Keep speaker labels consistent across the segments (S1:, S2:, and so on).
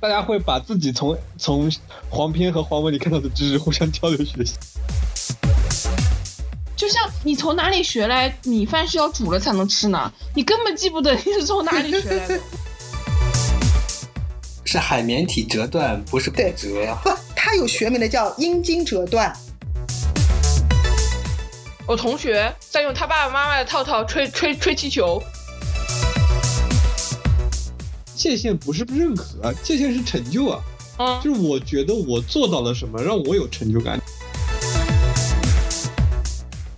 S1: 大家会把自己从从黄片和黄文里看到的知识 互相交流学习。
S2: 就像你从哪里学来米饭是要煮了才能吃呢？你根本记不得你是从哪里学来 的。
S3: 是海绵体折断，不是骨
S4: 对
S3: 折。
S4: 不，它有学名的叫阴茎折断。
S5: 我同学在用他爸爸妈妈的套套吹吹吹气球，
S1: 界限不是认可啊，界限是成就啊，
S5: 嗯，
S1: 就是我觉得我做到了什么，让我有成就感。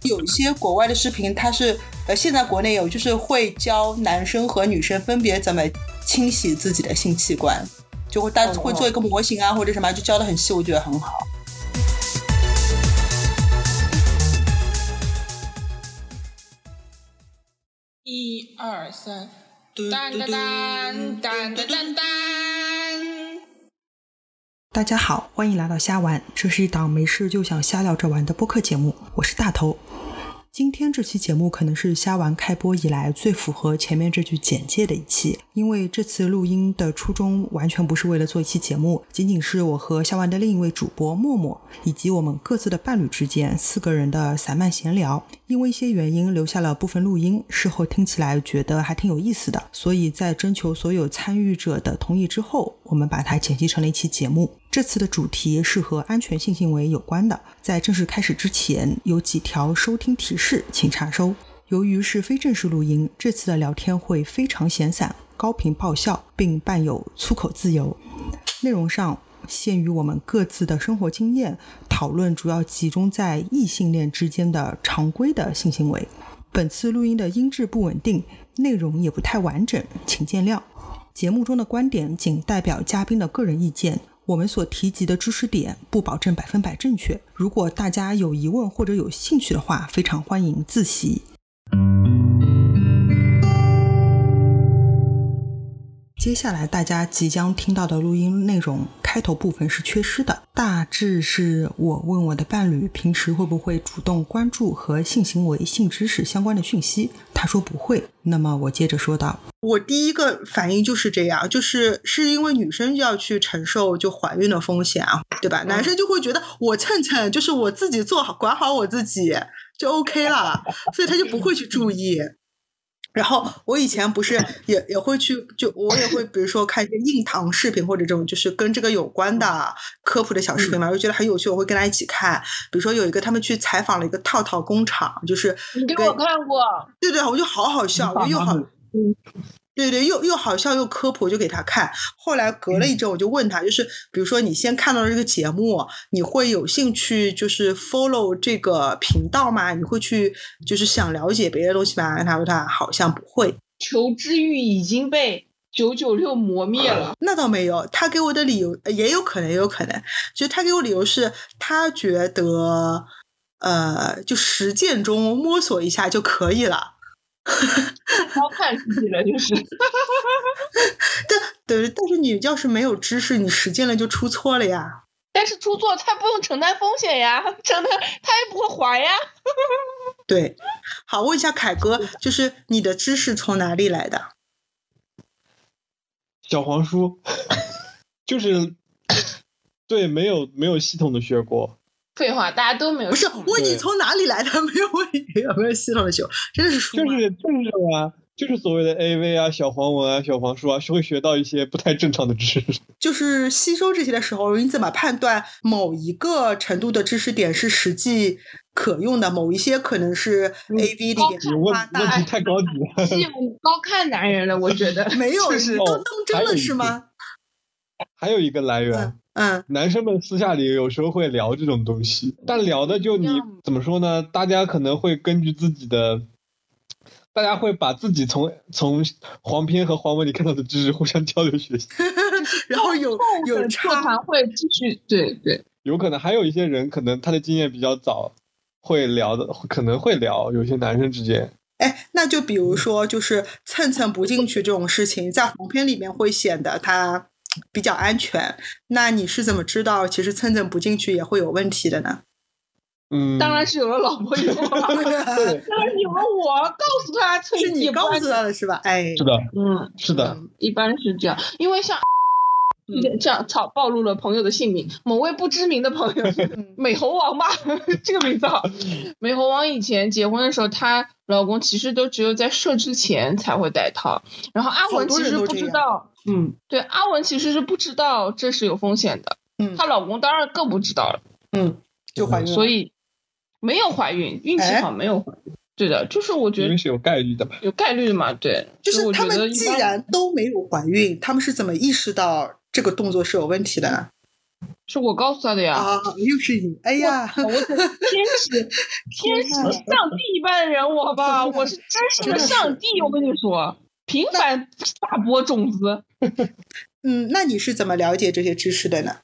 S4: 有一些国外的视频，它是呃，现在国内有，就是会教男生和女生分别怎么清洗自己的性器官，就会大
S2: 哦
S4: 会做一个模型啊，或者什么，就教的很细，我觉得很好。
S5: 一二三，当当当当当当当。
S6: 大家好，欢迎来到瞎玩，这是一档没事就想瞎聊着玩的播客节目，我是大头。今天这期节目可能是瞎玩开播以来最符合前面这句简介的一期，因为这次录音的初衷完全不是为了做一期节目，仅仅是我和瞎玩的另一位主播默默以及我们各自的伴侣之间四个人的散漫闲聊，因为一些原因留下了部分录音，事后听起来觉得还挺有意思的，所以在征求所有参与者的同意之后，我们把它剪辑成了一期节目。这次的主题是和安全性行为有关的。在正式开始之前，有几条收听提示，请查收。由于是非正式录音，这次的聊天会非常闲散、高频爆笑，并伴有粗口自由。内容上限于我们各自的生活经验，讨论主要集中在异性恋之间的常规的性行为。本次录音的音质不稳定，内容也不太完整，请见谅。节目中的观点仅代表嘉宾的个人意见，我们所提及的知识点不保证百分百正确。如果大家有疑问或者有兴趣的话，非常欢迎自习。接下来大家即将听到的录音内容，开头部分是缺失的，大致是我问我的伴侣平时会不会主动关注和性行为、性知识相关的讯息，他说不会，那么我接着说道。
S4: 我第一个反应就是这样，就是是因为女生就要去承受就怀孕的风险啊，对吧？男生就会觉得我蹭蹭，就是我自己做好管好我自己就 OK 了，所以他就不会去注意。然后我以前不是也也会去，就我也会比如说看一些硬糖视频或者这种就是跟这个有关的科普的小视频嘛，我就觉得很有趣，我会跟他一起看。比如说有一个他们去采访了一个套套工厂，就是
S2: 你给
S4: 跟
S2: 我看过，
S4: 对对，我就好好笑，我就又好，嗯，对对，又又好笑又科普，我就给他看。后来隔了一阵，我就问他，就是比如说你先看到了这个节目，你会有兴趣就是 follow 这个频道吗？你会去就是想了解别的东西吗？他说他好像不会。
S2: 求知欲已经被九九六磨灭 了。
S4: 那倒没有，他给我的理由呃也有可能，也有可能，就他给我理由是他觉得，呃，就实践中摸索一下就可以了。
S2: 高看出去了，就是。
S4: 但对，但是你要是没有知识，你实践了就出错了呀。
S2: 但是出错他不用承担风险呀， 承担他也不会还呀。
S4: 对，好，问一下凯哥，就是你的知识从哪里来的？
S1: 小黄书， 就是 对没有没有系统的学过，
S2: 废话，大家都没有。
S4: 不是问你从哪里来的，没 有问你有没有系统的学，真的是书
S1: 就
S4: 吗？
S1: 是就是什么啊，就是所谓的 AV 啊、小黄文啊、小黄书啊，是会学到一些不太正常的知识。
S4: 就是吸收这些的时候，你怎么判断某一个程度的知识点是实际可用的，某一些可能是
S1: 嗯
S4: A V 里
S2: 高
S4: 边
S1: 你
S4: 的
S1: 问
S4: 夸
S1: 问
S4: 大
S1: 题太高级了。
S2: 是我高看男人了，我觉得
S4: 没有，
S1: 就
S4: 你
S1: 是
S4: 都
S1: 哦
S4: 当真
S1: 还有
S4: 了
S1: 一
S4: 是
S1: 个
S4: 吗？
S1: 还有一个来源，
S4: 嗯，
S1: 男生们私下里有时候会聊这种东西，但聊的就你怎么说呢？大家可能会根据自己的，大家会把自己从从黄片和黄文里看到的知识互相交流学习。
S4: 然后有 有
S2: 座
S1: 哦
S4: 差，
S2: 谈会继续，对对，
S1: 有可能还有一些人，可能他的经验比较早，会聊的，可能会聊。有些男生之间，
S4: 哎，那就比
S2: 嗯
S4: 如说，就是蹭蹭不进去这种事情，在黄片里面会显得它比较安全。那你是怎么知道其实蹭蹭不进去也会有问题的呢？
S1: 嗯，
S2: 当然是有了老婆以后啊，
S1: 对，
S2: 当然有了我告诉他，崔
S4: 是
S2: 姐
S4: 你
S2: 不
S4: 告
S2: 安
S4: 诉
S2: 全
S4: 他的是吧？哎
S1: 是，的，
S2: 嗯，
S1: 是的，
S2: 一般是这样，因为像嗯这样草暴露了朋友的姓名，某位不知名的朋 友，美猴王吧， 这个名字好。啊美猴王以前结婚的时候，她老公其实都只有在射之前才会戴套，然后阿
S4: 好
S2: 文
S4: 多
S2: 其
S4: 人
S2: 实
S4: 都
S2: 不
S4: 这
S2: 知
S4: 样
S2: 道，
S4: 嗯
S2: 对，阿文其实是不知道这是有风险的，
S4: 嗯
S2: 她老公当然更不知道了，
S4: 嗯，就怀孕了。
S2: 所以没有怀孕，运气
S4: 哎
S2: 好没有怀孕。对的，就是我觉
S1: 因
S2: 得
S1: 为是有概率的嘛。
S2: 有概率的嘛，对，
S4: 就
S2: 所以
S4: 是
S2: 我
S4: 他
S2: 觉得
S4: 们
S2: 一
S4: 既
S2: 般
S4: 然都没有怀孕，他们是怎么意识到这个动作是有问题的呢？
S2: 是我告诉他的呀，
S4: 啊，又是你！哎呀，
S2: 我 只是天使，天使，
S4: 哪
S2: 上帝一般的人物，好 吧？我是真实的上帝，我跟你说，频繁撒播种子，
S4: 嗯，那你是怎么了解这些知识的呢？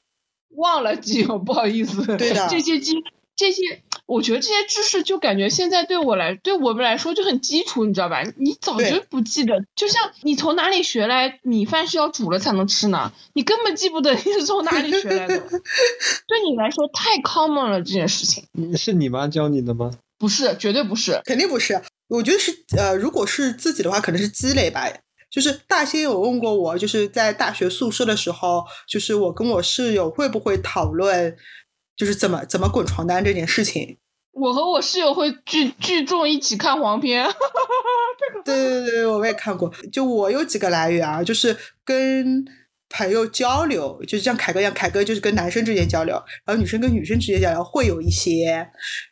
S2: 忘了基友，不好意思，
S4: 对的
S2: 这些基，这些，我觉得这些知识就感觉现在对我来，对我们来说就很基础，你知道吧？你早
S4: 对
S2: 就不记得，就像你从哪里学来米饭是要煮了才能吃呢，你根本记不得你是从哪里学来 的，对你来说太 common 了这件事情，
S1: 你是你妈教你的 吗？
S2: 不是，绝对不是。
S4: 肯定不是，我觉得是呃，如果是自己的话，可能是积累吧。就是大仙有问过我，就是在大学宿舍的时候，就是我跟我室友会不会讨论，就是怎么怎么滚床单这件事情。
S2: 我和我室友会聚聚众一起看黄片，
S4: 对对对，我也看过。就我有几个来源啊，就是跟朋友交流，就是像凯哥一样，凯哥就是跟男生之间交流，然后女生跟女生之间交流会有一些，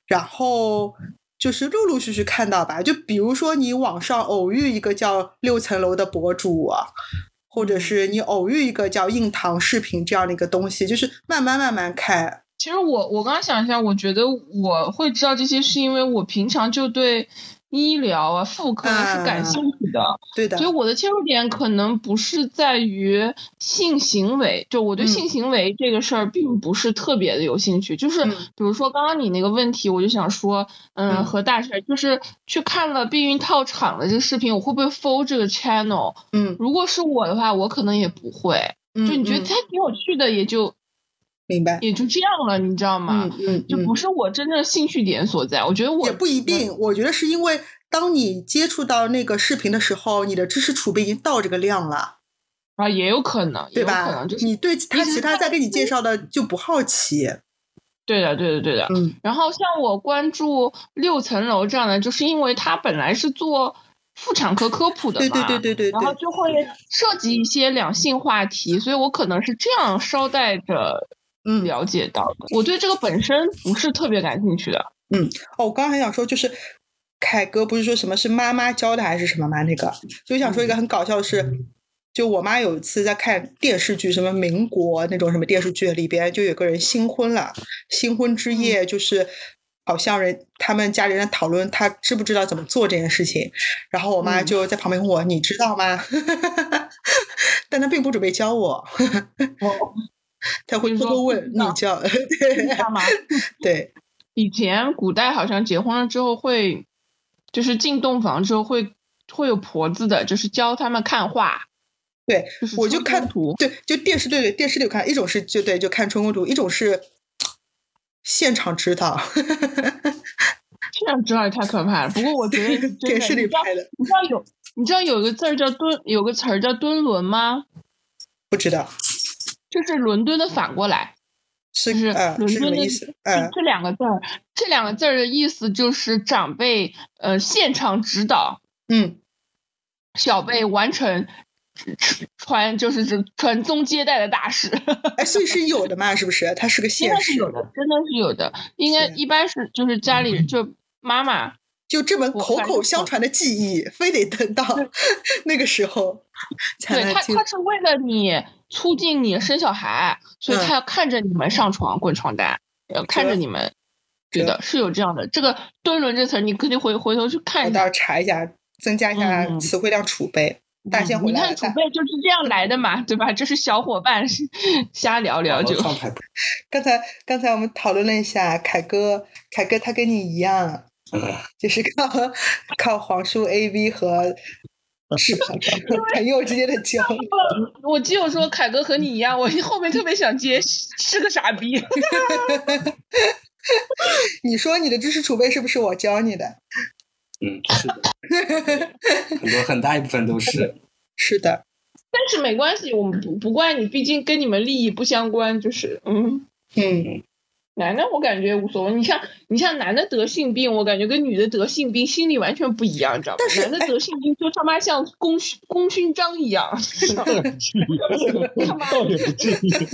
S4: 然后就是陆陆续续看到吧。就比如说你网上偶遇一个叫六层楼的博主啊。或者是你偶遇一个叫硬糖视频这样的一个东西，就是慢慢慢慢看，
S2: 其实我我刚刚想一下，我觉得我会知道这些，是因为我平常就对医疗啊、妇科啊是感兴趣的，
S4: 对的
S2: 所，以我的切入点可能不是在于性行为，就我对
S4: 嗯
S2: 性行为这个事儿并不是特别的有兴趣。就是
S4: 嗯
S2: 比如说刚刚你那个问题，我就想说，嗯，
S4: 嗯
S2: 和大婶就是去看了避孕套厂的这个视频，我会不会 follow 这个 channel？
S4: 嗯，
S2: 如果是我的话，我可能也不会。
S4: 嗯
S2: 就你觉得
S4: 嗯
S2: 它挺有趣的，也就
S4: 明白？
S2: 也就这样了，你知道吗？
S4: 嗯嗯，
S2: 就
S4: 嗯
S2: 不是我真正兴趣点所在。我觉得我
S4: 也不一定，我觉得是因为当你接触到那个视频的时候，你的知识储备已经到这个量了，
S2: 啊，也有可能，也
S4: 对
S2: 有可
S4: 吧
S2: 能就是
S4: 你对他
S2: 只是
S4: 其他
S2: 看
S4: 再给你介绍的就不好奇，
S2: 对的，对的，对的。
S4: 嗯
S2: 然后像我关注六层楼这样的，就是因为它本来是做妇产科科普的嘛，
S4: 对对对对对
S2: 然后
S4: 对，
S2: 就会涉及一些两性话题，所以我可能是这样捎带着
S4: 嗯，
S2: 了解到的。我对这个本身不是特别感兴趣 的。
S4: 哦，我刚刚还想说，就是凯哥不是说什么是妈妈教的还是什么吗？那个，就想
S2: 嗯
S4: 说一个很搞笑的是，就我妈有一次在看电视剧，什么民国那种什么电视剧里边，就有个人新婚了，新婚之
S2: 嗯
S4: 夜就是。好像人他们家里人在讨论他知不知道怎么做这件事情，然后我妈
S2: 嗯
S4: 就在旁边问我：“你知道吗？” 但她并不准备教我，
S2: 我
S4: 她会
S2: 就是
S4: 偷
S2: 说
S4: 偷
S2: 不
S4: 问
S2: 知
S4: 你
S2: 道
S4: 教，
S2: 你
S4: 对
S2: 知道吗？
S4: 对，
S2: 以前古代好像结婚了之后会，就是进洞房之后会会有婆子的，就是教他们看画。
S4: 对，
S2: 就是
S4: 我就
S2: 出
S4: 看
S2: 征图，
S4: 对，就电视对对电视里有看，一种是就对就看春宫图，一种是现场指导，
S2: 这样知道也太可怕了。不过我觉 得真的
S4: 电视里
S2: 你知道
S4: 拍的，
S2: 你知道有你知道有个字儿叫敦，有个词儿叫敦伦吗？
S4: 不知道
S2: 就是伦敦的反过来，
S4: 是
S2: 就是
S4: 呃
S2: 伦
S4: 是什
S2: 敦
S4: 么
S2: 的
S4: 意思？
S2: 就
S4: 呃，
S2: 这两个字儿，这两个字儿的意思就是长辈呃现场指导
S4: 嗯，
S2: 小辈完成传就是这传宗接代的大事。
S4: 哎，所以是有的嘛，是不是？它是个
S2: 真
S4: 现
S2: 的是
S4: 实
S2: 有，的，真的是有的。应该
S4: 是
S2: 一般是就是家
S4: 嗯
S2: 里就妈妈，
S4: 就这门
S2: 我
S4: 口
S2: 反
S4: 口
S2: 正
S4: 相
S2: 我
S4: 传的记忆，非得等到 那个时候才
S2: 对
S4: 能
S2: 她
S4: 听
S2: 她。是为了你促进你生小孩，所以
S4: 嗯
S2: 她要看着你们上床滚床单，要看着你们。对的，是有这样的。这个“蹲轮”这词儿，你肯定回回头去看
S4: 我
S2: 一
S4: 到
S2: 下。
S4: 时候查一下，增加一下
S2: 嗯
S4: 词汇量储备。大仙回
S2: 你
S4: 来了
S2: 看，储备就是这样来的嘛，对吧？这是小伙伴是瞎聊聊就。
S3: 状态不
S4: 刚才刚才我们讨论了一下，凯哥，凯哥他跟你一样，就是靠靠黄叔 A V 和是朋友之间的交流。
S2: 我基友说凯哥和你一样，我后面特别想接 是个傻逼。
S4: 你说你的知识储备是不是我教你的？
S3: 嗯，是的，很多很大一部分都是。
S4: 是的，
S2: 但是没关系，我们不不怪你，毕竟跟你们利益不相关，就是嗯。
S4: 嗯，
S2: 男的我感觉无所谓，你像你像男的得性病，我感觉跟女的得性病心理完全不一样，你知道吧
S4: 但？是
S2: 男的得性病就他妈像功勋功勋章一样，
S1: 倒也不至于，倒也不至于。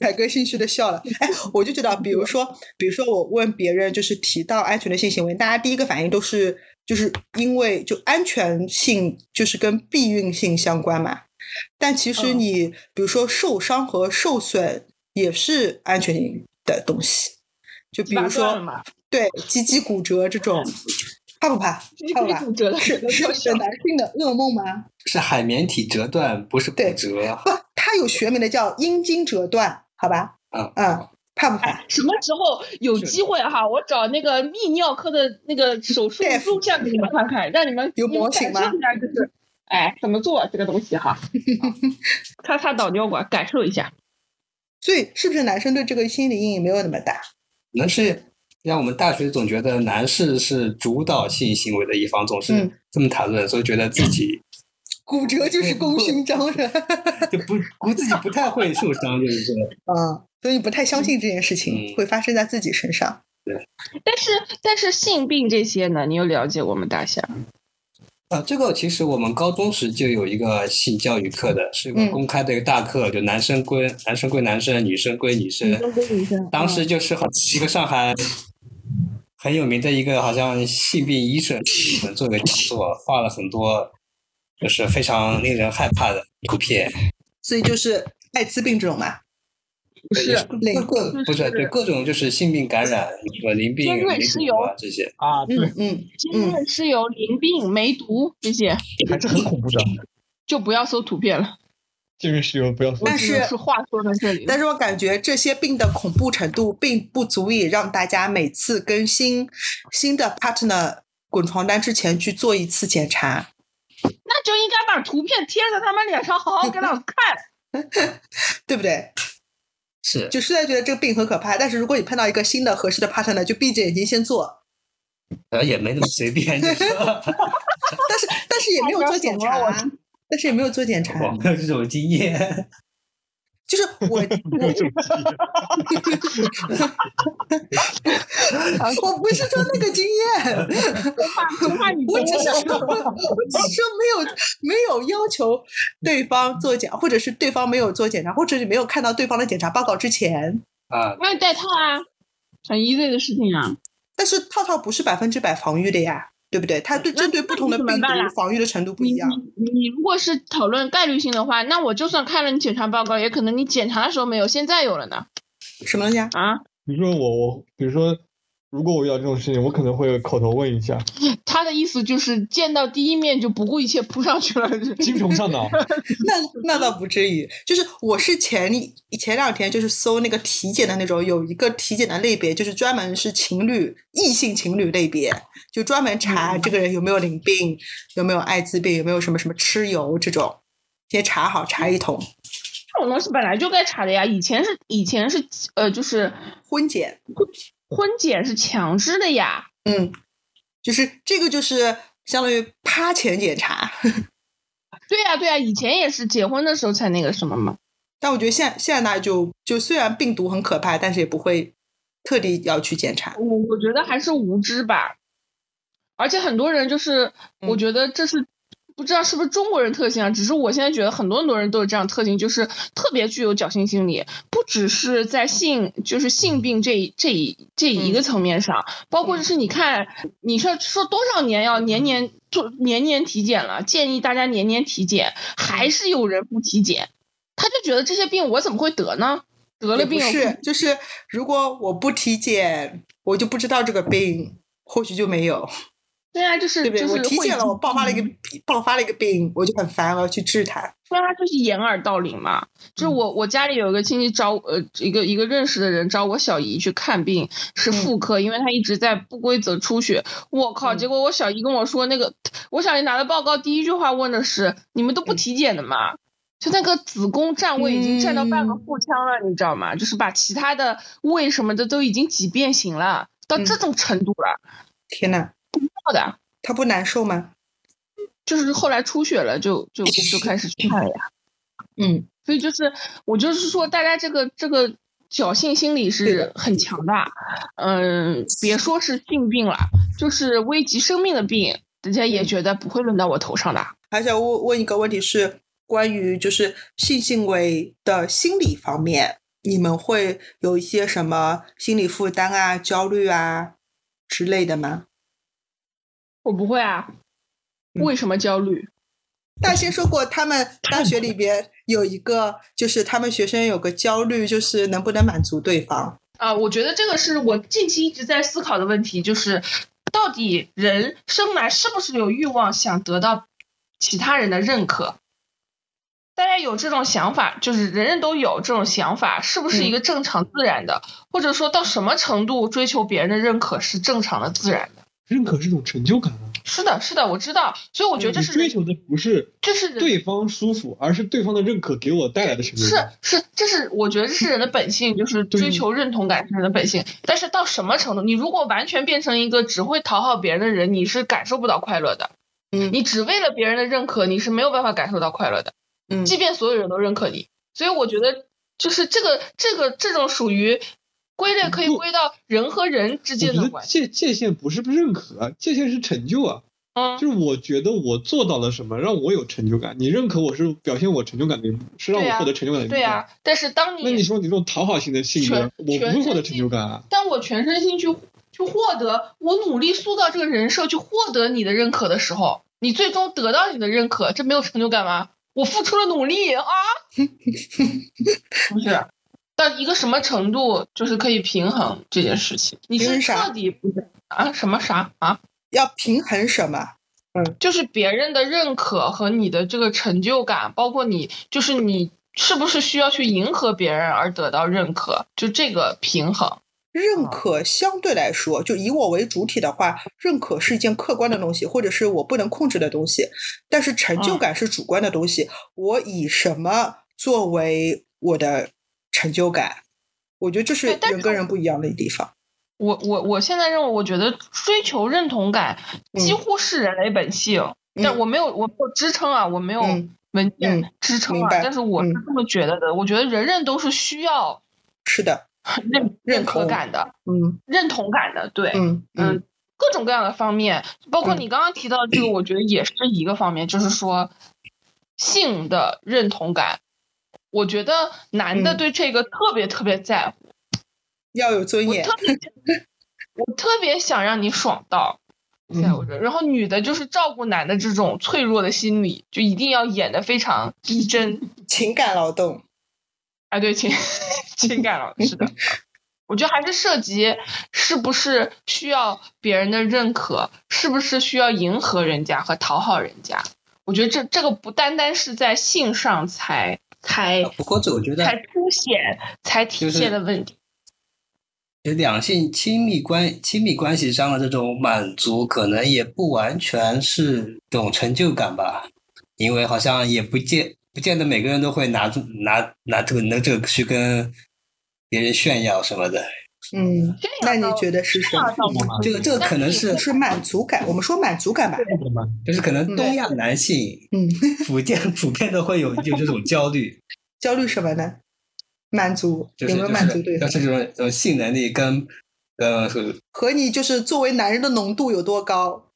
S4: 凯哥心虚的笑了。哎，我就
S2: 嗯
S4: 知道，比如说，比如说我问别人，就是提到安全的性行为，大家第一个反应都是，就是因为就安全性就是跟避孕性相关嘛。但其
S2: 嗯
S4: 实你、比如说受伤和受损也是安全性的东西，就比如
S2: 拔断了
S4: 说
S2: 嘛，
S4: 对鸡鸡骨折这种，怕不怕？
S2: 你
S4: 怕
S2: 可
S4: 不
S2: 以
S4: 怕
S2: 骨？折了，
S4: 是是你的男性的噩梦吗？
S3: 是海绵体折断，不是骨
S4: 对
S3: 折。
S4: 不，它有学名的叫阴茎折断，好吧？
S3: 啊
S4: 嗯，怕不怕？
S2: 什么时候有
S3: 是
S2: 机会哈？我找那个泌尿科的那个手术
S4: 大夫
S2: 录像给你们看看，让你们
S4: 有模型吗
S2: 感受一下就是，哎，怎么做啊这个东西 哈？擦擦导尿管，感受一下。
S4: 所以是不是男生对这个心理阴影没有那么大？
S3: 可能是让我们大学总觉得男士是主导性行为的一方，总是
S4: 嗯
S3: 这么谈论，所以觉得自己
S4: 骨折就是功勋章是吧？
S3: 就不估自己不太会受伤，就是说，
S4: 嗯，所以你不太相信这件事情
S3: 嗯
S4: 会发生在自己身上。
S2: 但是但是性病这些呢，你有了解我们大侠？
S3: 啊，这个其实我们高中时就有一个性教育课的，是一个
S4: 嗯
S3: 公开的一个大课，就男生归男生归男生，女生归女生。
S2: 女生嗯
S3: 当时就是好一个上海很有名的一个好像性病医生，嗯我们做个讲座，画了很多就是非常令人害怕的图片，
S4: 所以就是艾滋病这种嘛，
S2: 不是
S4: 类
S3: 各各不是对各种就是性病感染，比如说淋病、
S2: 尖锐
S3: 梅
S2: 湿
S3: 毒
S2: 疣
S3: 啊这些。
S1: 啊，对，
S4: 嗯嗯，
S2: 尖锐湿疣、淋病、梅毒这些，
S1: 还是很恐 怖的。
S2: 就不要搜图片了，
S1: 这个室友不要说
S4: 但，是
S2: 是话说到这里了。
S4: 但是我感觉这些病的恐怖程度并不足以让大家每次跟新新的 partner 滚床单之前去做一次检查。
S2: 那就应该把图片贴在他们脸上，好好给老子看。
S4: 对不对？
S3: 是
S4: 就虽然觉得这个病很可怕，但是如果你碰到一个新的合适的 partner，就闭着眼睛先做，
S3: 呃也没那么随便，就是说
S4: 但是但是也没有做检查
S2: 太高，
S4: 但是也没有做检查，
S3: 我没有这种经验。
S4: 就是我 我不是说那个经验，
S2: 不怕你
S4: 我只
S2: 真
S4: 是
S2: 的
S4: 说， 我只是说没有没有要求对方做检，或者是对方没有做检查，或者是没有看到对方的检查报告之前。
S3: 啊，
S2: 那你戴套啊，很 easy 的事情啊。
S4: 但是套套不是百分之百防御的呀，对不对？它对
S2: 那
S4: 针对不同的
S2: 那你怎么
S4: 病
S2: 办啊嗯
S4: 毒防御的程度不
S2: 你
S4: 一样。
S2: 你你如果是讨论概率性的话，那我就算看了你检查报告，也可能你检查的时候没有，现在有了呢。
S4: 什么东西啊？
S2: 啊，
S1: 比如说我我，比如说如果我遇到这种事情，我可能会口头问一 下，
S2: 他的意思就是见到第一面就不顾一切扑上去了。
S1: 精虫上啊脑，
S4: 那那倒不至于，就是我是前一前两天就是搜那个体检的那种，有一个体检的类别，就是专门是情侣异性情侣类别，就专门查这个人有没有淋病，有没有艾滋病，有没有什么什么吃油这种，先查好查一通，
S2: 这种东西本来就该查的呀，以前是以前是呃就是
S4: 婚检，
S2: 婚检是强制的呀。
S4: 嗯，就是这个就是相当于趴前检查，
S2: 对呀、对呀、以前也是结婚的时候才那个什么嘛。
S4: 但我觉得现在现在那就就虽然病毒很可怕，但是也不会特地要去检查，
S2: 我我觉得还是无知吧，而且很多人就是，
S4: 嗯
S2: 我觉得这是不知道是不是中国人特性啊，只是我现在觉得很多很多人都有这样的特性，就是特别具有侥幸心理，不只是在性就是性病这一这一这一
S4: 嗯
S2: 个层面上，包括就是你看，你说说多少年要年年做年年体检了，建议大家年年体检，
S4: 嗯
S2: 还是有人不体检，他就觉得这些病我怎么会得呢？得
S4: 也
S2: 了
S4: 不
S2: 病有
S4: 是，就是如果我不体检，我就不知道这个病，或许就没有，
S2: 对啊，就是
S4: 对不对？
S2: 就是
S4: 我体
S2: 会嗯
S4: 检了，我爆发了一个爆发了一个病，我就很烦，我要去治它。
S2: 对啊，就是掩耳盗铃嘛。就是我
S4: 嗯
S2: 我家里有一个亲戚找我呃一个一个认识的人找我小姨去看病，
S4: 嗯
S2: 是妇科，因为她一直在不规则出血。我靠！
S4: 嗯
S2: 结果我小姨跟我说那个，我小姨拿到报告第一句话问的是你们都
S4: 嗯
S2: 不体检的吗？就那个子宫占位已经占到半个
S4: 嗯
S2: 腹腔了，你知道吗？就是把其他的胃什么的都已经挤变形了，
S4: 嗯
S2: 到这种程度了，
S4: 天呐，
S2: 不知道的。
S4: 他不难受吗？
S2: 就是后来出血了，就就就开始去看了呀。嗯，所以就是我就是说，大家这个这个侥幸心理是很强的。嗯，别说是性病了，就是危及生命的病，人家也觉得不会轮到我头上的。
S4: 还想问问一个问题是关于就是性行为的心理方面，你们会有一些什么心理负担啊、焦虑啊之类的吗？
S2: 我不会啊，为什么焦虑？
S4: 大仙说过，他们大学里边有一个，就是他们学生有个焦虑，就是能不能满足对方。
S2: 啊，我觉得这个是我近期一直在思考的问题，就是到底人生来是不是有欲望想得到其他人的认可？大家有这种想法，就是人人都有这种想法，是不是
S1: 嗯
S2: 一个正常自然的？或者说到什么程度追求别人的认可是正常的自然的？
S1: 认可是一种成就感啊，
S2: 是的，是的，我知道，所以我觉得这
S1: 呃你
S2: 是
S1: 追
S2: 人
S1: 求的不是
S2: 这是人
S1: 对方舒服，而是对方的认可给我带来的成就感。
S2: 是是，这是我觉得这是人的本性，就是追求认同感是人的本性。但是到什么程度，你如果完全变成一个只会讨好别人的人，你是感受不到快乐的。
S4: 嗯
S2: 你只为了别人的认可，你是没有办法感受到快乐的。
S4: 嗯
S2: 即便所有人都认可你，所以我觉得就是这个这个这种属于归类可以归到人和人之
S1: 我
S2: 间
S1: 觉
S2: 的
S1: 得
S2: 关系。
S1: 界界限不是不认可啊，界限是成就啊。
S2: 嗯，
S1: 就是我觉得我做到了什么，让我有成就感。你认可我是表现我成就感的一部分，是让
S2: 对
S1: 我
S2: 啊
S1: 获得成就感的一部
S2: 对
S1: 分。
S2: 呀、但是当
S1: 那你说你这种讨好型的性格，
S2: 全
S1: 我不会获得成就感啊。
S2: 当我全身心去去获得，我努力塑造这个人设，去获得你的认可的时候，你最终得到你的认可，这没有成就感吗？我付出了努力啊，不是。到一个什么程度，就是可以平衡这件事情？你
S4: 平
S2: 是
S4: 衡啥
S2: 彻底不啊什么啥啊？
S4: 要平衡什么？
S2: 就是别人的认可和你的这个成就感，包括你就是你是不是需要去迎合别人而得到认可，就这个平衡。哦
S4: 认可相对来说，就以我为主体的话，认可是一件客观的东西，或者是我不能控制的东西。但是成
S2: 嗯
S4: 就感是主观的东西，我以什么作为我的成就感？我觉得这是
S2: 对但是
S4: 人跟人不一样的地方。
S2: 我我我现在认为，我觉得追求认同感
S4: 嗯
S2: 几乎是人类本性，但我没有我没有支撑啊，我没有
S4: 嗯
S2: 文
S4: 嗯
S2: 件支撑
S4: 明
S2: 啊，
S4: 白
S2: 但是我是
S4: 嗯
S2: 这么觉得的。我觉得人人都是需 要
S4: 是的，
S2: 认
S4: 认
S2: 认可
S4: 同
S2: 感的，
S4: 嗯
S2: 认同感的，对，
S4: 嗯嗯
S2: 嗯，各种各样的方面，包括
S4: 嗯
S2: 你刚刚提到的这个，我觉得也是一个方面，就是说性的认同感。我觉得男的
S4: 嗯
S2: 对这个特别特别在乎，
S4: 要有尊
S2: 我
S4: 严。
S2: 特别我特别想让你爽到，在
S4: 嗯
S2: 我这儿。然后女的就是照顾男的这种脆弱的心理，就一定要演的非常逼真。
S4: 情感劳动，
S2: 啊，对，情 情感了，是的。我觉得还是涉及是不是需要别人的认可，是不是需要迎合人家和讨好人家。我觉得这这个不单单是在性上才才
S3: 不过这我觉得
S2: 才凸显才体
S3: 就是
S2: 现的问题。
S3: 两性亲密关亲密关系上的这种满足，可能也不完全是这种成就感吧，因为好像也不见不见得每个人都会拿出拿拿这个拿这个去跟别人炫耀什么的，
S4: 嗯，
S2: 这
S4: 那
S2: 样
S4: 你
S2: 的
S4: 觉得是什么？
S1: 我嘛
S3: 这个这个可能是
S4: 是满足感，我们说满足感吧。
S1: 我嘛
S3: 就是可能东亚男性
S4: 嗯，
S3: 普遍普遍都会有有这种焦虑，
S4: 焦虑什么呢？满足，
S3: 就
S4: 有没
S3: 是
S4: 有
S3: 就
S4: 满足对
S3: 是
S4: 方
S3: 要？是这种这种性能力跟呃
S4: 和你就是作为男人的浓度有多高？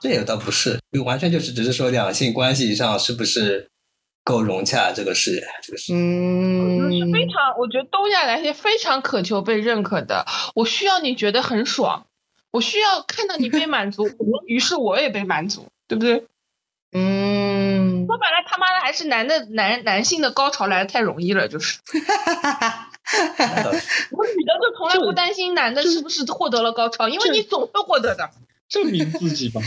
S3: 这也倒不是，就完全就是只是说两性关系上是不是够融洽这个事，这个事。
S2: 就是
S4: 嗯
S2: 非常，我觉得东亚男性非常渴求被认可的。我需要你觉得很爽，我需要看到你被满 足，我于是我也被满足，对不对？
S4: 嗯，
S2: 说白了，他妈的还是男的男男性的高潮来的太容易了，就是
S3: 那倒是
S2: 我女的就从来不担心男的是不是获得了高潮，因为你总会获得的，
S1: 证明自己吧，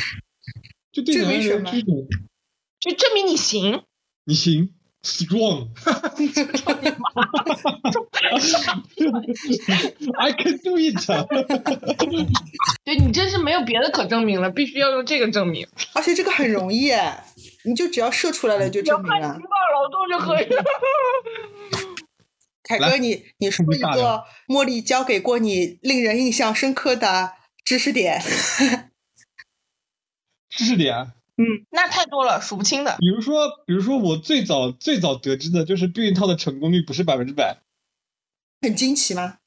S1: 就对
S4: 证
S1: 男
S4: 明什
S1: 人
S4: 么
S1: 这种
S2: 就证明你行。
S1: 你行，strong，I can do it。
S2: 对你真是没有别的可证明了，必须要用这个证明，
S4: 而且这个很容易哎，你就只要射出来了就证明了。
S2: 劳动就可以了。
S4: 凯哥，你你说一
S1: 大人
S4: 个茉莉教给过你令人印象深刻的知识点，
S1: 知识点， 啊
S2: 那太多了，数不清的。
S1: 比如说，比如说我最早最早得知的就是避孕套的成功率不是百分之百，
S4: 很惊奇吗？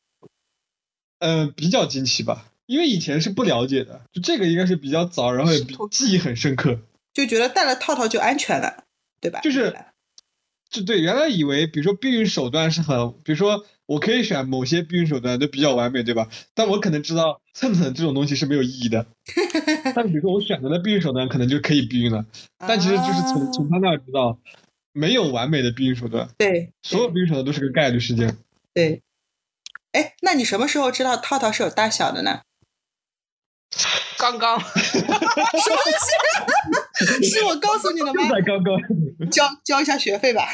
S1: 呃，比较惊奇吧，因为以前是不了解的，就这个应该是比较早，然后也比记忆很深刻。
S4: 就觉得戴了套套就安全了，对吧？
S1: 就是就对，原来以为比如说避孕手段是很，比如说我可以选某些避孕手段都比较完美，对吧？但我可能知道蹭蹭这种东西是没有意义的，但比如说我选择的避孕手段可能就可以避孕了，但其实就是从从
S4: 啊
S1: 他那儿知道没有完美的避孕手段，
S4: 对
S1: 所有避孕手段都是个概率事件。
S4: 对。哎，那你什么时候知道套套是有大小的呢？
S2: 刚刚
S4: 什么东西？是我告诉你的
S1: 就
S4: 吗？
S1: 在刚刚，
S4: 交交一下学费 吧。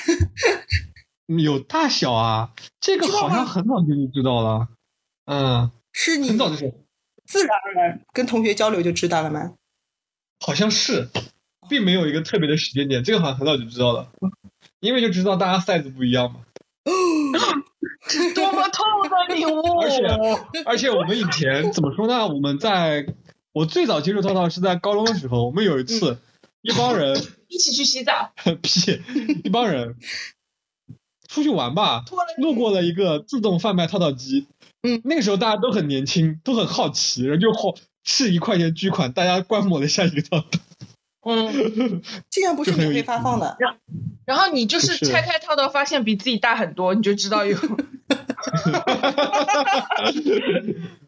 S1: 有大小啊，这个
S4: 知道
S1: 好像
S4: 吗
S1: 很早就知道了，嗯，
S4: 是你
S1: 很早就是，
S4: 自然而然跟同学交流就知道了吗？
S1: 好像是，并没有一个特别的时间点，这个好像很早就知道了，因为就知道大家 size 不一样嘛，
S2: 多么痛的领悟！
S1: 而且而且我们以前怎么说呢？我们在我最早接触套套是在高中的时候，我们有一次一帮人
S2: 一起去洗澡，
S1: 屁，一帮人出去玩吧，
S2: 脱了你
S1: 路过了一个自动贩卖套套机，
S4: 嗯，
S1: 那个时候大家都很年轻，都很好奇，然后就花是一块钱巨款，大家观摩了一下一个套套，
S2: 嗯，
S4: 竟然不是
S1: 就很有嗯
S4: 免费
S1: 意思
S4: 发放的，
S2: 然后你就是
S1: 不是
S2: 拆开套套，发现比自己大很多，你就知道有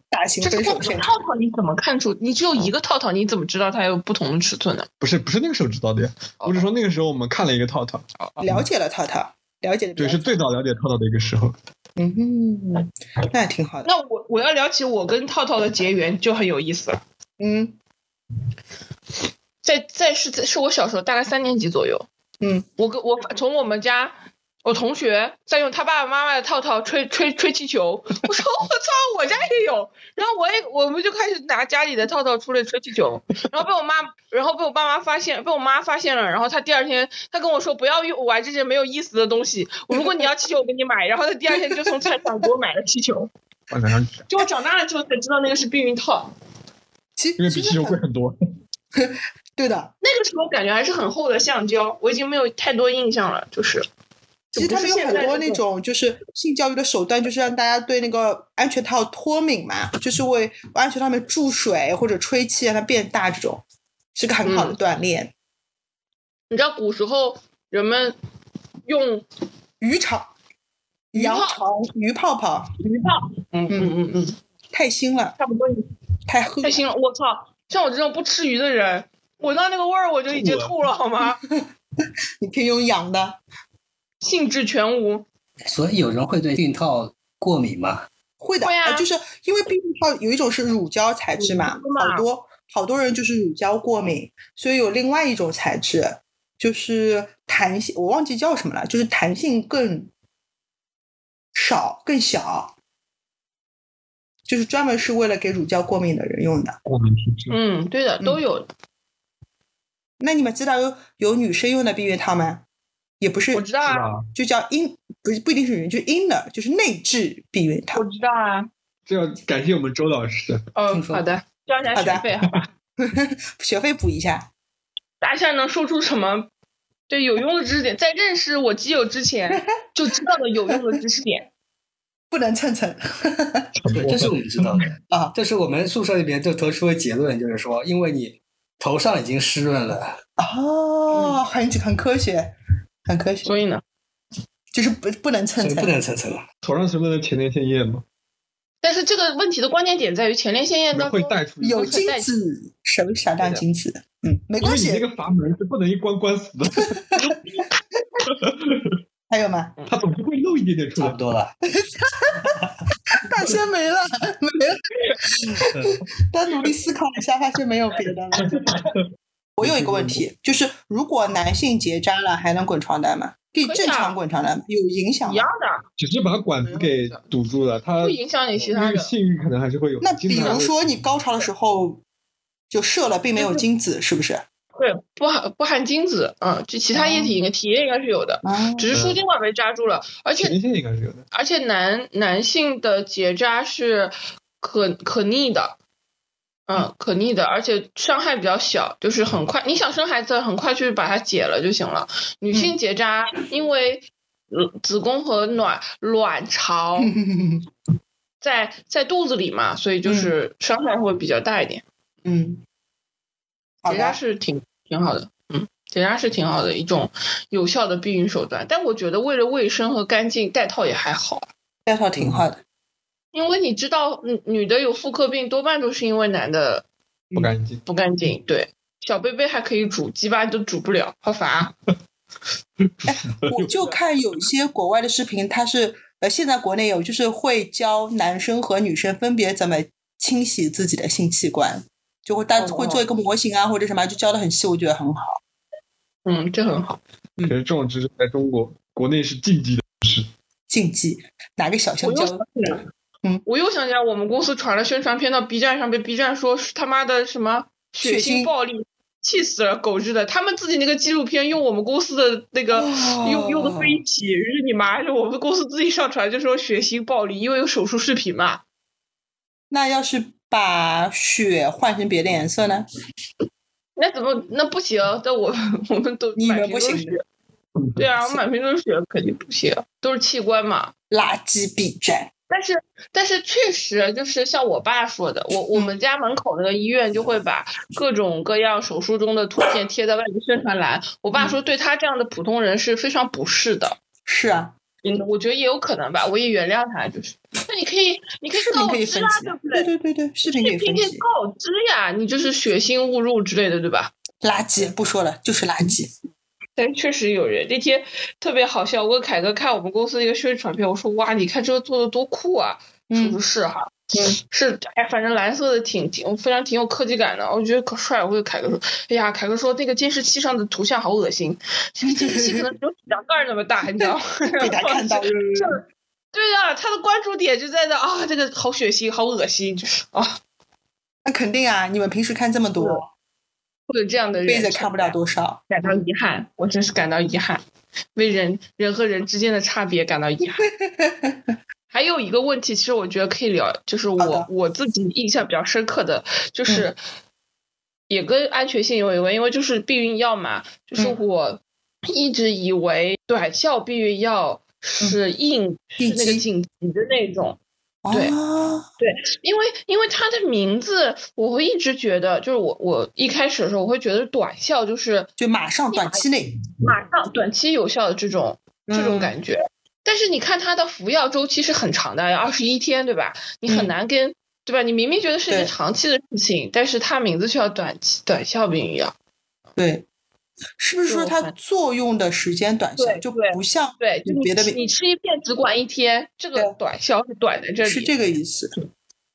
S4: 大型
S2: 这
S4: 分
S2: 个
S4: 手
S2: 套
S4: 现场。
S2: 套你怎么看出？你只有一个套套，你怎么知道它有不同的尺寸呢？
S1: 不是不是那个时候知道的呀，
S4: 哦
S1: 我是说那个时候我们看了一个套套，
S4: 了解了套套，了解的比
S1: 对，
S4: 较
S1: 是最早了解套套的一个时候，
S4: 嗯哼，那也挺好的。
S2: 那我我要聊起我跟套套的结缘就很有意思了。
S4: 嗯
S2: 在在是在是我小时候大概三年级左右，
S4: 嗯，
S2: 我跟我从我们家我同学在用他爸爸妈妈的套套吹吹吹气球，我说我操，我家也有，然后我也我们就开始拿家里的套套出来吹气球，然后被我妈然后被我爸妈发现被我妈发现了，然后她第二天她跟我说不要用玩这些没有意思的东西，我如果你要气球我给你买，然后她第二天就从菜市场给我买了气球，
S1: 晚上
S2: 就我长大了之后才知道那个是避孕套。
S4: 其
S1: 因为
S4: 其
S1: 比
S4: 实
S1: 汽油
S4: 很
S1: 贵很 多，
S4: 对的，
S2: 那个时候感觉还是很厚的橡胶，我已经没有太多印象了，就是。
S4: 其实他们有很多那种就是性教育的手段，就是让大家对那个安全套脱敏嘛，就是为安全套里面注水或者吹气让它变大，这种是个很
S2: 嗯
S4: 好的锻炼。
S2: 你知道古时候人们用
S4: 鱼肠、
S2: 鱼
S4: 羊
S2: 泡
S4: 肠、鱼泡泡
S2: 鱼泡，嗯嗯嗯嗯，
S4: 太腥了，
S2: 差不多
S4: 太黑
S2: 太腥了。我操！像我这种不吃鱼的人，闻到那个味儿我就已经吐了，好吗？
S4: 你可以用羊的，
S2: 兴致全无。
S3: 所以有人会对避孕套过敏吗？
S4: 会的，
S2: 会啊
S4: 呃就是因为避孕套有一种是乳胶材质嘛
S2: 乳胶，嘛
S4: 好多好多人就是乳胶过敏，所以有另外一种材质，就是弹性，我忘记叫什么了，就是弹性更少、更小，就是专门是为了给乳胶过敏的人用的。
S1: 过敏体质。
S2: 嗯，对的，都有。
S4: 那你们知道有有女生用的避孕套吗？也不是，
S2: 我知道
S1: 是
S2: 啊，
S1: 吧？
S4: 就叫 in，不是不一定是女，就是 inner，就是内置避孕套
S2: 我。知道啊。
S1: 这要感谢我们周老师，
S2: 嗯，
S3: 听说
S2: 好的，交一下
S4: 好的
S2: 学费好吧？
S4: 学费补一下，
S2: 大家能说出什么对有用的知识点？在认识我基友之 前就知道的有用的知识点。
S4: 不能蹭蹭
S3: 对，这是我们知道的。
S4: 啊。
S3: 这是我们宿舍里面就得出的结论，就是说，因为你头上已经湿润了，
S4: 哦，很很科学，很科学，
S2: 所以呢，
S4: 就是不不能蹭
S3: 所以不
S4: 蹭。
S3: 能蹭蹭了。
S1: 头上存在的前列腺液嘛，
S2: 但是这个问题的关键点在于前列腺液当
S1: 会
S2: 中
S1: 带出一
S4: 有
S2: 不存
S4: 精
S2: 在
S4: 子，什么少量
S2: 对的
S4: 精子？嗯，没
S1: 因为
S4: 关
S1: 你那
S4: 系。
S1: 个阀门是不能一关关死的，
S4: 还有吗？
S1: 它总是会漏一点点出
S3: 差
S1: 来
S3: 不。多了，
S4: 大仙没了，没了。
S1: 嗯
S4: 但努力思考一下，发现没有别 的了。我有一个问题，就是如果男性结扎了，还能滚床单吗？可以
S2: 可以啊
S4: 正常滚床单吗？有影响
S2: 一
S4: 吗
S2: 样？的，
S1: 只是把管子给堵住了，它
S2: 不影响你其他
S1: 那个
S2: 人。
S1: 性欲可能还是会有。
S4: 那
S1: 经
S4: 比
S1: 常
S4: 如
S1: 会
S4: 说你高潮的时候就射了，并没有精子，是不是？
S2: 对，不含不含精子，嗯，就其他液
S1: 哦
S2: 体应该体液应该是有的，
S4: 啊，
S2: 只是输
S1: 嗯
S2: 精管被扎住了，而
S1: 前
S2: 且
S1: 列腺应该是有的，
S2: 而且男男性的结扎是可可逆的，嗯，可逆的，而且伤害比较小，就是很快，你想生孩子，很快去把它解了就行了。女
S1: 嗯
S2: 性结扎，因为呃子宫和卵卵巢
S1: 嗯
S2: 在在肚子里嘛，所以就是伤害会比较大一点。
S4: 嗯，好
S2: 结扎
S4: 的，
S2: 是挺挺好的，嗯，结扎是挺好的一种有效的避孕手段，但我觉得为了卫生和干净，戴套也还好。啊
S4: 介绍挺 好的。
S2: 因为你知道，嗯女的有妇科病多半都是因为男的
S4: 嗯
S1: 不干净。
S2: 不干净。对，小贝贝还可以煮，鸡巴都煮不了，好烦。啊
S4: 我就看有一些国外的视频，它是呃，现在国内有，就是会教男生和女生分别怎么清洗自己的性器官，就会大
S2: 哦
S4: 会做一个模型啊或者什么，就教的很细，我觉得很好。
S2: 嗯，这很好。
S1: 可是这种知识在中国国内是禁忌的。
S4: 禁忌哪个小香
S2: 我又
S4: 蕉？
S2: 想起来，
S4: 嗯
S2: 我又想起来，我们公司传了宣传片到 B 站上，被 B 站说是他妈的什么血
S4: 血腥
S2: 腥暴力，气死了，狗日的！他们自己那个纪录片用我们公司的那个、
S4: 哦
S2: 用用的飞起，日你妈！就我们公司自己上传就说血腥暴力，因为有手术视频嘛。
S4: 那要是把血换成别的颜色呢？
S2: 那怎么那不行？那我我们都
S4: 你
S2: 满
S4: 们
S2: 屏
S4: 不
S2: 都是
S4: 行
S2: 血对啊，我满屏都是血，肯定不行，都是器官嘛。
S4: 垃圾 B 站，
S2: 但是但是确实就是像我爸说的，我我
S4: 嗯
S2: 们家门口那个医院就会把各种各样手术中的图片贴在外面宣传栏。我
S4: 嗯
S2: 爸说对他这样的普通人是非常不适的。
S4: 是啊，
S2: 嗯，我觉得也有可能吧，我也原谅他。就是，那你可以你可以
S4: 视频
S2: 告
S4: 可以
S2: 知
S4: 分
S2: 啊，
S4: 级
S2: 对
S4: 的
S2: 不，
S4: 对
S2: 对？
S4: 对对对，视频可以
S2: 视频
S4: 分
S2: 可
S4: 级
S2: 以，告知呀，你就是血腥误入之类的，对吧？
S4: 垃圾不说了，就是垃圾。
S2: 但确实有人那天特别好笑，我跟凯哥看我们公司那个宣传片，我说哇，你看这个做的多酷啊，是不
S4: 嗯，
S2: 是哈？
S4: 嗯
S2: 是哎，反正蓝色的挺挺非常挺有科技感的，我觉得可帅了。我跟凯哥说，哎呀，凯哥说那个监视器上的图像好恶心，这个监视器可能只有指甲盖儿那么大，你知道吗？，
S4: 被他看到
S2: 对啊，他的关注点就在那啊，这个好血腥，好恶心，就是啊，
S4: 那肯定啊，你们平时看这么多，
S2: 会有这样的人
S4: 背着看不了多少。
S2: 感到遗憾，我真是感到遗憾，为人人和人之间的差别感到遗 憾。还有一个问题，其实我觉得可以聊，就是
S4: 好的嗯
S2: 我我自己印象比较深刻的，就是、也跟安全性有有关，因为就是避孕药嘛，就是
S4: 嗯
S2: 我一直以为短效避孕药
S4: 嗯
S2: 是应、是
S4: 应
S2: 那个
S4: 急
S2: 紧急的那种，对
S4: 哦，
S2: 因为因为它的名字，我会一直觉得，就是我我一开始的时候，我会觉得短效就是
S4: 就马上短期内，
S2: 马上短期有效的这种这种
S4: 嗯
S2: 感觉。但是你看它的服药周期是很长的，要二十一天，对吧？你很
S4: 嗯
S2: 难跟、对吧？你明明觉得是一
S4: 对
S2: 个长期的事情，但是它名字却叫短期短效避孕药。
S4: 对，是不是说
S2: 就
S4: 它
S2: 很
S4: 作用的时间短效
S2: 对
S4: 就
S2: 对
S4: 不像
S2: 对，就
S4: 别的
S2: 你
S4: 病
S2: 你吃一片只管一天，这
S4: 对
S2: 个短效是短在这里。
S4: 是这个意思？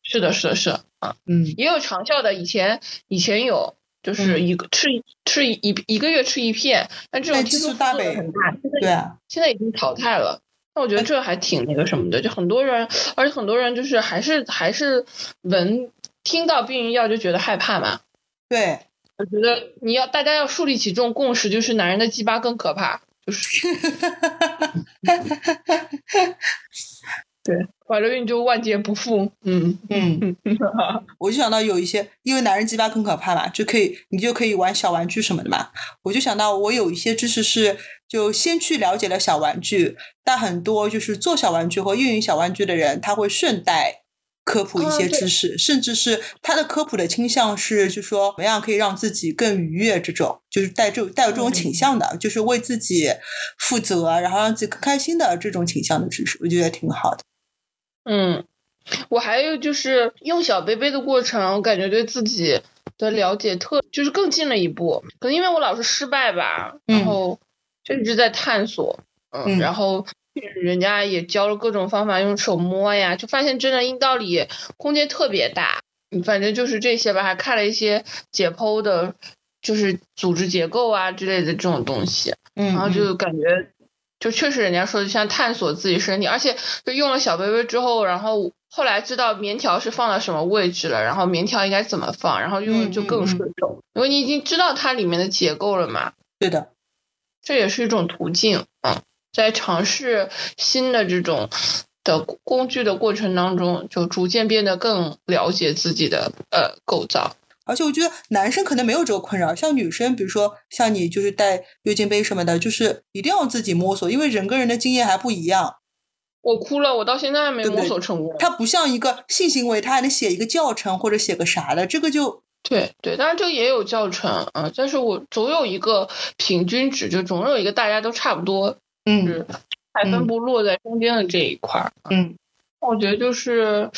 S2: 是的，是的，是的。啊
S4: 嗯
S2: 也有长效的，以前以前有，就是一个、吃一吃一一一个月吃一片，但这种
S4: 但
S2: 激
S4: 激
S2: 素
S4: 素大
S2: 作用
S4: 呗
S2: 很大，现在
S4: 对啊，
S2: 现在已经淘汰了。那我觉得这还挺那个什么的，就很多人，而且很多人就是还是还是闻听到避孕药就觉得害怕嘛。
S4: 对，
S2: 我觉得你要大家要树立起这种共识，就是男人的鸡巴更可怕，就是怀了孕就万劫不复。嗯，
S4: 嗯， 我就想到有一些，因为男人鸡巴更可怕嘛，就可以你就可以玩小玩具什么的嘛。我就想到我有一些知识是，就先去了解了小玩具，但很多就是做小玩具和运营小玩具的人，他会顺带科普一
S2: 嗯
S4: 些
S2: 对
S4: 知识，甚至是他的科普的倾向是，就说怎么样可以让自己更愉悦，这种就是带这带有这种倾向的，就是为自己负责，然后让自己更开心的这种倾向的知识，我觉得挺好的。
S2: 嗯，我还有就是用小杯杯的过程，我感觉对自己的了解特就是更近了一步。可能因为我老是失败吧，
S4: 嗯
S2: 然后就一直在探索，嗯，
S4: 嗯
S2: 然后人家也教了各种方法，用手摸呀，就发现真的阴道里空间特别大。嗯反正就是这些吧，还看了一些解剖的，就是组织结构啊之类的这种东西。
S4: 嗯，
S2: 然后
S4: 嗯
S2: 就感觉，就确实人家说的像探索自己身体，而且就用了小杯杯之后，然后后来知道棉条是放到什么位置了，然后棉条应该怎么放，然后用的就
S4: 嗯嗯
S2: 更顺手，因为你已经知道它里面的结构了嘛，
S4: 对的，
S2: 这也是一种途径，嗯，在尝试新的这种的工具的过程当中，就逐渐变得更了解自己的呃构造。
S4: 而且我觉得男生可能没有这个困扰，像女生，比如说像你就是带月经杯什么的，就是一定要自己摸索，因为人跟人的经验还不一样。
S2: 我哭了，我到现在还没
S4: 对不对
S2: 摸索成功。
S4: 它不像一个性行为，它还能写一个教程或者写个啥的，这个就
S2: 对对，当然这个也有教程啊、呃但是我总有一个平均值，就总有一个大家都差不多，
S4: 嗯
S2: 是百分不落在中间的这一块儿。
S4: 嗯，
S2: 我觉得就是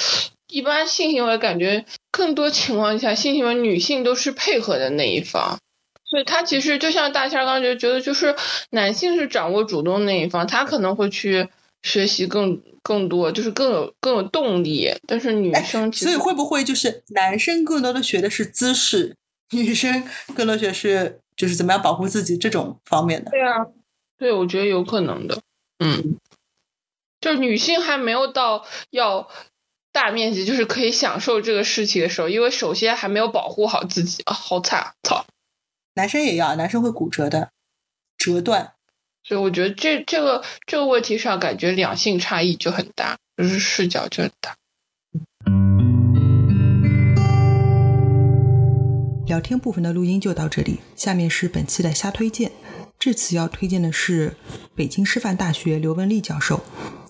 S2: 一般性行为，感觉更多情况下性行为女性都是配合的那一方，所以他其实就像大仙儿刚才觉得，就是男性是掌握主动那一方，他可能会去学习更更多，就是更有更有动力，但是女生其
S4: 哎所
S2: 实
S4: 以会不会就是男生更多的学的是姿势，女生更多学的是就是怎么样保护自己这种方面的？
S2: 对啊，对，我觉得有可能的。嗯，就是女性还没有到要大面积，就是可以享受这个事情的时候，因为首先还没有保护好自己啊，好惨，操！
S4: 男生也要，男生会骨折的，折断。
S2: 所以我觉得这这个这个问题上，感觉两性差异就很大，就是视角就很大。
S6: 聊天部分的录音就到这里，下面是本期的瞎推荐。这次要推荐的是北京师范大学刘文丽教授，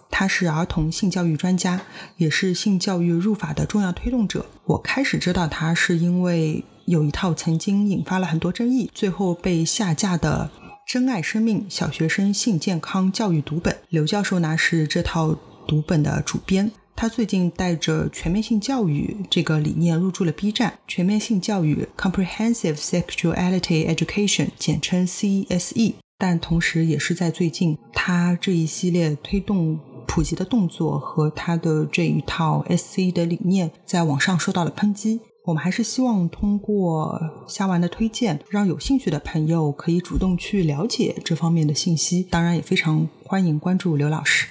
S6: 他是儿童性教育专家，也是性教育入法的重要推动者。我开始知道他是因为有一套曾经引发了很多争议，最后被下架的《珍爱生命：小学生性健康教育读本》。刘教授呢是这套读本的主编，他最近带着全面性教育这个理念入驻了 B 站。全面性教育 （Comprehensive Sexuality Education），简称 E CSE，但同时也是在最近他这一系列推动。普及的动作和他的这一套 SC 的理念，在网上受到了抨击。我们还是希望通过虾丸的推荐，让有兴趣的朋友可以主动去了解这方面的信息。当然，也非常欢迎关注刘老师。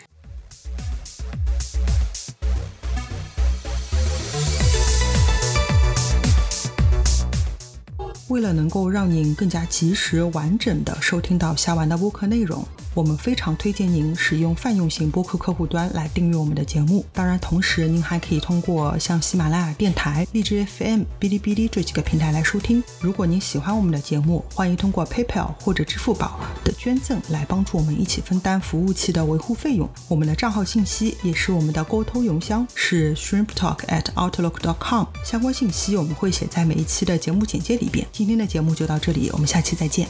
S6: 为了能够让您更加及时、完整的收听到虾丸的播客内容，我们非常推荐您使用泛用型播客客户端来订阅我们的节目。当然，同时您还可以通过像喜马拉雅电台、荔枝 FM、哔哩哔哩这几个平台来收听。如果您喜欢我们的节目，欢迎通过 PayPal 或者支付宝的捐赠来帮助我们一起分担服务器的维护费用。我们的账号信息也是我们的沟通邮箱是 shrimptalk at outlook.com，相关信息我们会写在每一期的节目简介里边。今天的节目就到这里，我们下期再见，